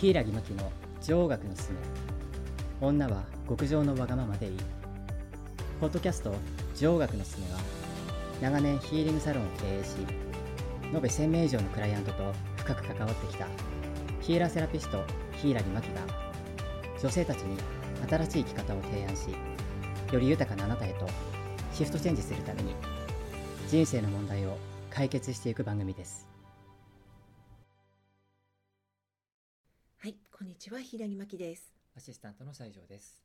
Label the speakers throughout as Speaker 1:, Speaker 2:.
Speaker 1: 柊真希の女王学のすすめ女は極上のわがままでいいポッドキャスト女王学のすすめは長年ヒーリングサロンを経営し延べ1000名以上のクライアントと深く関わってきたヒーラーセラピスト柊真希が女性たちに新しい生き方を提案しより豊かなあなたへとシフトチェンジするために人生の問題を解決していく番組です
Speaker 2: はい、こんにちは、平木真希です。
Speaker 1: アシスタントの西条です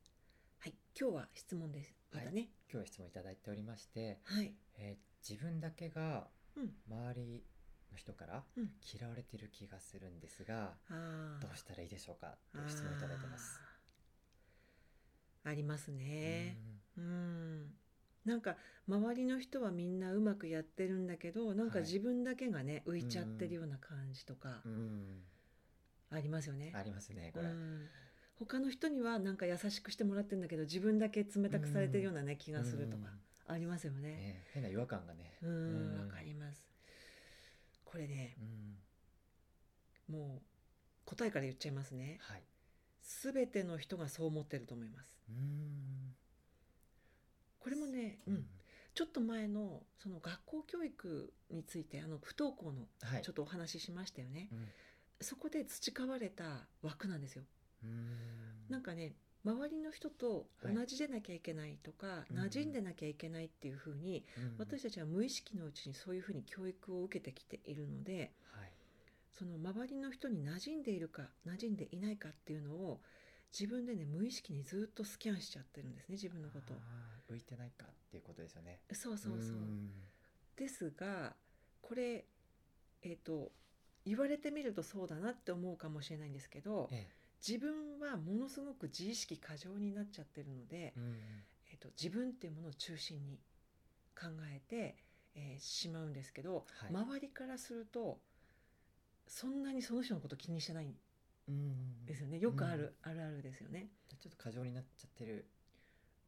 Speaker 2: はい、今日は質問です。またね。
Speaker 1: 今日質問いただいておりまして、
Speaker 2: はい。
Speaker 1: えー自分だけが
Speaker 2: うん
Speaker 1: 周りの人から
Speaker 2: うん
Speaker 1: 嫌われてる気がするんですが、
Speaker 2: あ
Speaker 1: どうしたらいいでしょうかという質問いただいてます。。
Speaker 2: あーありますね。
Speaker 1: うん
Speaker 2: うん。なんか周りの人はみんなうまくやってるんだけど、なんか
Speaker 1: はい
Speaker 2: 自分だけがね、浮いちゃってるような感じとか
Speaker 1: うん、
Speaker 2: ありますよね。
Speaker 1: ありますねこ
Speaker 2: う
Speaker 1: れ。
Speaker 2: ん。他の人にはなんか優しくしてもらってるんだけど、自分だけ冷たくされてるようなね気がするとかありますよ
Speaker 1: うん
Speaker 2: ね。
Speaker 1: ね変な違和感がね。
Speaker 2: う
Speaker 1: うん
Speaker 2: ん、わかります。これね
Speaker 1: う、ん
Speaker 2: もう答えから言っちゃいますね。
Speaker 1: はい。
Speaker 2: すべての人がそう思ってると思います。
Speaker 1: うん
Speaker 2: これもね、うん、ちょっと前のその学校教育についてあの不登校の
Speaker 1: はい。
Speaker 2: ちょっとお話ししましたよね。
Speaker 1: うん
Speaker 2: そこで培われた枠なんですよ。
Speaker 1: うん
Speaker 2: なんかね、周りの人と同じでなきゃいけないとか、
Speaker 1: うんうん
Speaker 2: 馴染んでなきゃいけないっていうふうに、
Speaker 1: うん
Speaker 2: 私たちは無意識のうちにそういうふうに教育を受けてきているので、
Speaker 1: はい。
Speaker 2: その周りの人に馴染んでいるか馴染んでいないかっていうのを自分でね無意識にずっとスキャンしちゃってるんですね自分のことを
Speaker 1: あー浮いてないかっていうことですよね。
Speaker 2: そうそうそう、
Speaker 1: ん
Speaker 2: ですがこれえっ、と言われてみるとそうだなって思うかもしれないんですけど
Speaker 1: え
Speaker 2: 自分はものすごく自意識過剰になっちゃってるので
Speaker 1: え、うん
Speaker 2: えっと自分っていうものを中心に考えて、えーしまうんですけど、
Speaker 1: はい
Speaker 2: 周りからするとそんなにその人のこと気にしてない
Speaker 1: うん
Speaker 2: ですよねよくある、あるあるですよね。
Speaker 1: ちょっと過剰になっちゃってる。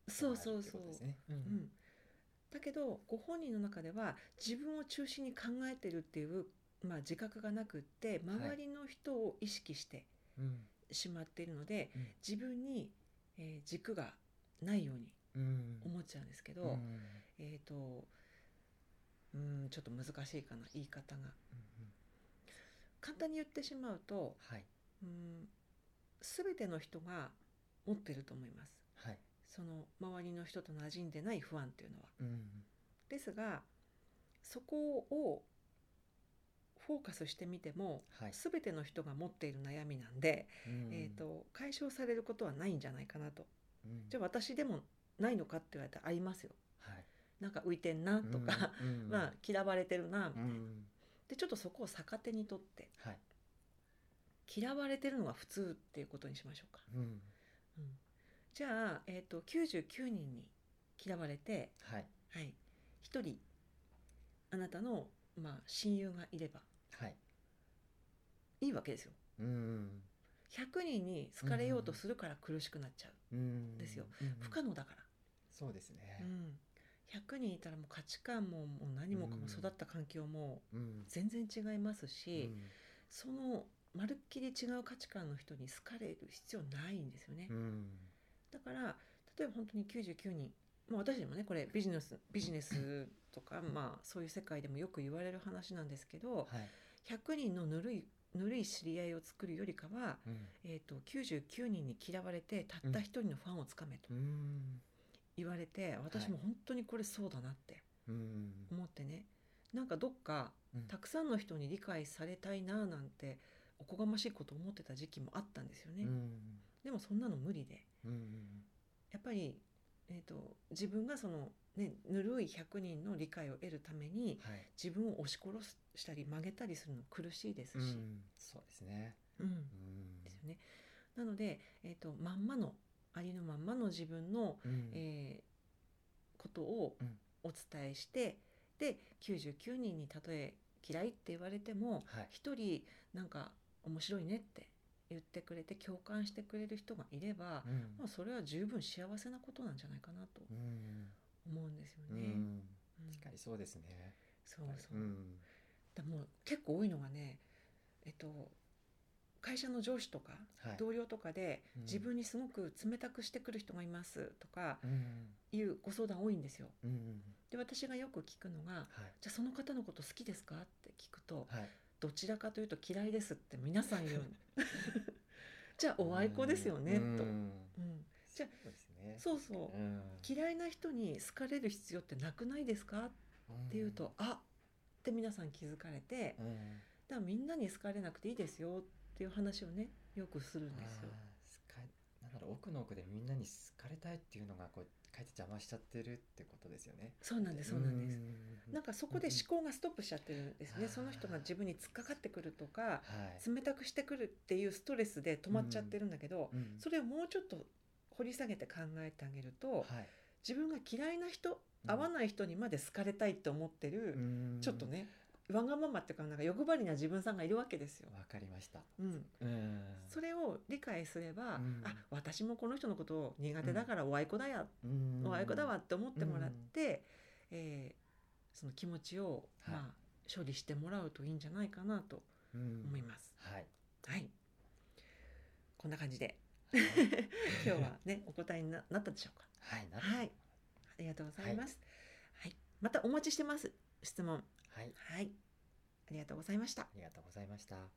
Speaker 2: そうそうそう、
Speaker 1: ですね。う
Speaker 2: う。ん、だけどご本人の中では自分を中心に考えてるっていう、まあ、自覚がなくって
Speaker 1: はい
Speaker 2: 周りの人を意識して
Speaker 1: うん
Speaker 2: しまっているので、
Speaker 1: うん
Speaker 2: 自分に、えー軸がないように
Speaker 1: うん
Speaker 2: 思っちゃうんですけど、
Speaker 1: うん
Speaker 2: えっ、とうんちょっと難しいかな言い方が。
Speaker 1: うん
Speaker 2: 簡単に言ってしまうと
Speaker 1: はい
Speaker 2: うん全ての人が持ってると思います。
Speaker 1: はい。
Speaker 2: その周りの人と馴染んでない不安っていうのは。
Speaker 1: うん
Speaker 2: ですがそこをフォーカスしてみても
Speaker 1: はい。
Speaker 2: 全ての人が持っている悩みなんで、
Speaker 1: うん
Speaker 2: えー、と解消されることはないんじゃないかなと
Speaker 1: うん
Speaker 2: じゃあ私でもないのかって言われたらありますよ
Speaker 1: はい。
Speaker 2: なんか浮いてんなとか、
Speaker 1: うん、うん
Speaker 2: まあ、嫌われてるなみた
Speaker 1: う
Speaker 2: いな、
Speaker 1: ん、
Speaker 2: でちょっとそこを逆手にとって
Speaker 1: はい。
Speaker 2: 嫌われてるのが普通っていうことにしましょうか、
Speaker 1: うん、
Speaker 2: うん、じゃあ、えー、と99人に嫌われて、
Speaker 1: はい。
Speaker 2: はい、1人あなたの、まあ、親友がいれば
Speaker 1: はい。
Speaker 2: いいわけですよ
Speaker 1: うん、
Speaker 2: 100人に好かれようとするから苦しくなっちゃう、
Speaker 1: うん、
Speaker 2: ですよ
Speaker 1: うん。
Speaker 2: 不可能だから、
Speaker 1: そうですね
Speaker 2: う。ん、100人いたらもう価値観ももう何もか
Speaker 1: うん
Speaker 2: も育った環境も
Speaker 1: うん、
Speaker 2: 全然違います
Speaker 1: う
Speaker 2: し、
Speaker 1: ん
Speaker 2: そのまるっきり違う価値観の人に好かれる必要ないんですよね、
Speaker 1: うん、
Speaker 2: だから例えば本当に99人もう私でもねこれビジネスビジネスとか、まあ、そういう世界でもよく言われる話なんですけど
Speaker 1: はい。
Speaker 2: 100人のぬるいぬるい知り合いを作るよりかは
Speaker 1: うん、
Speaker 2: えー、と99人に嫌われてたった一人のファンをつかめと
Speaker 1: うん、
Speaker 2: 言われて、私も本当にこれそうだなって
Speaker 1: うん、
Speaker 2: 思ってねなんかどっか
Speaker 1: うん
Speaker 2: たくさんの人に理解されたいななんておこがましいこと思ってた時期もあったんですよね、
Speaker 1: うん、
Speaker 2: でもそんなの無理で
Speaker 1: うん、
Speaker 2: やっぱり、えー、と自分がその、ね、ぬるい100人の理解を得るために
Speaker 1: はい。
Speaker 2: 自分を押し殺したり曲げたりするの苦しいです
Speaker 1: う
Speaker 2: し、
Speaker 1: ん、そうですね。
Speaker 2: うん
Speaker 1: うん
Speaker 2: ですよね。なので、えー、とまんまのありのまんまの自分の
Speaker 1: うん、
Speaker 2: えーことを
Speaker 1: うん
Speaker 2: お伝えして、で99人にたとえ嫌いって言われても
Speaker 1: はい。
Speaker 2: 1人なんか面白いねって言ってくれて共感してくれる人がいれば、
Speaker 1: うん
Speaker 2: まあ、それは十分幸せなことなんじゃないかなと
Speaker 1: うん、
Speaker 2: 思うんですよ
Speaker 1: う
Speaker 2: ね。
Speaker 1: ん、
Speaker 2: うん
Speaker 1: 確かにそうですね。
Speaker 2: そうそう、
Speaker 1: ん、
Speaker 2: だもう結構多いのがねえっと会社の上司とか
Speaker 1: はい
Speaker 2: 同僚とかで
Speaker 1: うん
Speaker 2: 自分にすごく冷たくしてくる人がいますとか
Speaker 1: うん
Speaker 2: いうご相談多いんですよ。
Speaker 1: うんうん
Speaker 2: で私がよく聞くのが
Speaker 1: はい
Speaker 2: 「じゃあその方のこと好きですか?」って聞くと
Speaker 1: はい
Speaker 2: 「どちらかというと嫌いです」って皆さ ん言うのじゃあお愛子ですよ
Speaker 1: う
Speaker 2: ね
Speaker 1: ん
Speaker 2: と。
Speaker 1: う
Speaker 2: うんんじゃあ
Speaker 1: そうですね
Speaker 2: そうそううん嫌いな人に好かれる必要ってなくないですかっ
Speaker 1: ん
Speaker 2: て言うと「あっ!」って皆さん気づかれて
Speaker 1: う
Speaker 2: だ
Speaker 1: ん
Speaker 2: からみんなに好かれなくていいですよっていう話をねよくするんですよ
Speaker 1: あ。ー好かなんだろう奥の奥でみんなに好かれたいっていうのがこうかえって邪魔しちゃってるってことですよね。
Speaker 2: そうなんですそうなんです。
Speaker 1: す
Speaker 2: なんかそこで思考がストップしちゃってるんです
Speaker 1: う
Speaker 2: ね。
Speaker 1: ん
Speaker 2: その人が自分に突っかかってくるとか、
Speaker 1: はい。
Speaker 2: 冷たくしてくるっていうストレスで止まっちゃってるんだけど、
Speaker 1: うん
Speaker 2: それをもうちょっと掘り下げて考えてあげると、
Speaker 1: はい
Speaker 2: 自分が嫌いな人、
Speaker 1: うん
Speaker 2: 合わない人にまで好かれたいと思ってる、ちょっと。ね、わがままっていうかなんか欲張りな自分さんがいるわけですよ
Speaker 1: うん。わかりました。
Speaker 2: うん。
Speaker 1: うん。
Speaker 2: それを理解すれば、
Speaker 1: うん
Speaker 2: あ、私もこの人のことを苦手だからおあいこだや、
Speaker 1: うん
Speaker 2: おあいこだわって思ってもらって、えーその気持ちを、
Speaker 1: はい
Speaker 2: まあ処理してもらうといいんじゃないかなと
Speaker 1: うん
Speaker 2: 思います。
Speaker 1: はい。
Speaker 2: はい。こんな感じで今日は ねお答えにななったでしょうか。
Speaker 1: はい。な
Speaker 2: はい。ありがとうございます。はい。またお待ちしてます。質問。
Speaker 1: はい。
Speaker 2: はい。ありがとうございました。
Speaker 1: ありがとうございました。